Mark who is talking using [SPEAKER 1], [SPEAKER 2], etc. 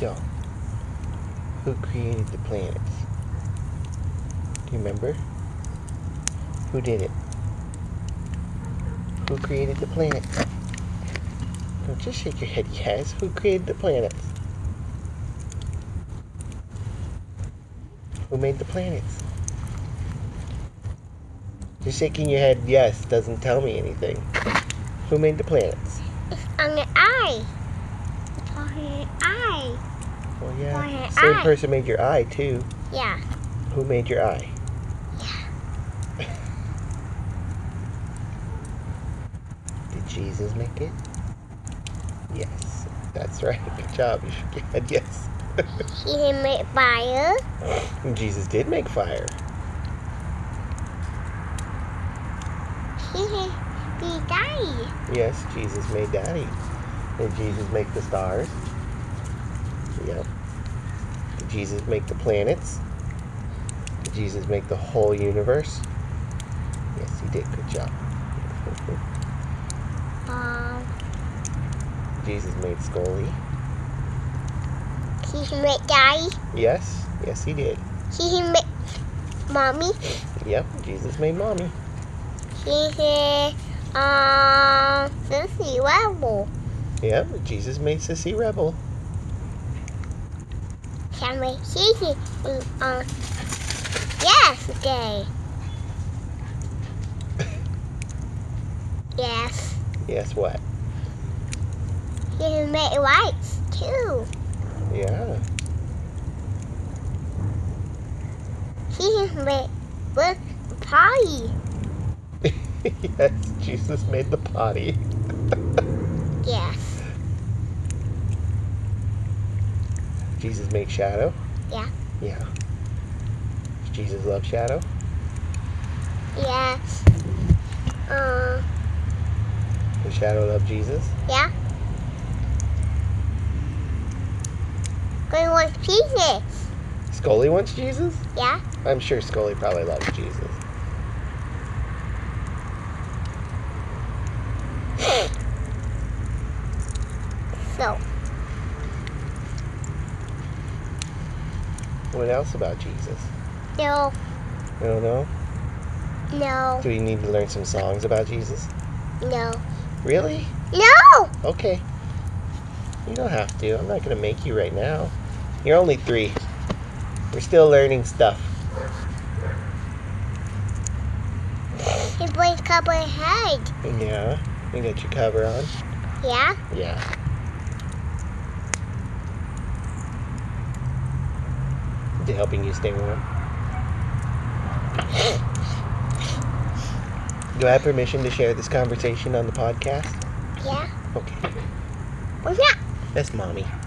[SPEAKER 1] y'all? Who created the planets? Do you remember? Who did it? Who created the planets? Don't just shake your head, yes. Who created the planets? Who made the planets? Just shaking your head, yes, doesn't tell me anything. Who made the planets?
[SPEAKER 2] It's on the eye. It's on the eye.
[SPEAKER 1] Well, yeah.
[SPEAKER 2] My
[SPEAKER 1] Same
[SPEAKER 2] eye.
[SPEAKER 1] person made your eye, too.
[SPEAKER 2] Yeah.
[SPEAKER 1] Who made your eye? Did Jesus make it? Yes. That's right. Good job. You shook your head. Yes.
[SPEAKER 2] He didn't make fire.
[SPEAKER 1] Jesus did make fire.
[SPEAKER 2] He didn't be daddy.
[SPEAKER 1] Yes, Jesus made daddy. Did Jesus make the stars? Yep. Did Jesus make the planets? Did Jesus make the whole universe? Yes, he did. Good job.
[SPEAKER 2] Um,
[SPEAKER 1] Jesus made Scully.
[SPEAKER 2] he didn't make daddy.
[SPEAKER 1] Yes, yes, he did.
[SPEAKER 2] He didn't make mommy.
[SPEAKER 1] Yep, Jesus made mommy.
[SPEAKER 2] He did, um, Sissy Rebel.
[SPEAKER 1] Yep, Jesus made Sissy Rebel.
[SPEAKER 2] Can we see it? Um, yesterday. yes.
[SPEAKER 1] Yes, what?
[SPEAKER 2] He didn't make lights, too.
[SPEAKER 1] Yeah.
[SPEAKER 2] He didn't make with party.
[SPEAKER 1] yes, Jesus made the potty.
[SPEAKER 2] Yes.
[SPEAKER 1] Jesus made Shadow.
[SPEAKER 2] Yeah.
[SPEAKER 1] Yeah. Does Jesus love Shadow?
[SPEAKER 2] Yes. Um,
[SPEAKER 1] Does Shadow love Jesus?
[SPEAKER 2] yeah. Going with pieces.
[SPEAKER 1] Scully wants Jesus?
[SPEAKER 2] Yeah.
[SPEAKER 1] I'm sure Scully probably loves Jesus.
[SPEAKER 2] So,
[SPEAKER 1] What else about Jesus?
[SPEAKER 2] no,
[SPEAKER 1] I don't know.
[SPEAKER 2] no,
[SPEAKER 1] Do we need to learn some songs about Jesus?
[SPEAKER 2] no,
[SPEAKER 1] Really?
[SPEAKER 2] no!
[SPEAKER 1] Okay. You don't have to. I'm not going to make you right now. You're only three. We're still learning stuff.
[SPEAKER 2] He plays copper head.
[SPEAKER 1] Yeah. We got your cover on.
[SPEAKER 2] Yeah.
[SPEAKER 1] Yeah. Is it helping you stay warm? Do I have permission to share this conversation on the podcast?
[SPEAKER 2] Yeah.
[SPEAKER 1] Okay.
[SPEAKER 2] What's that?
[SPEAKER 1] That's mommy.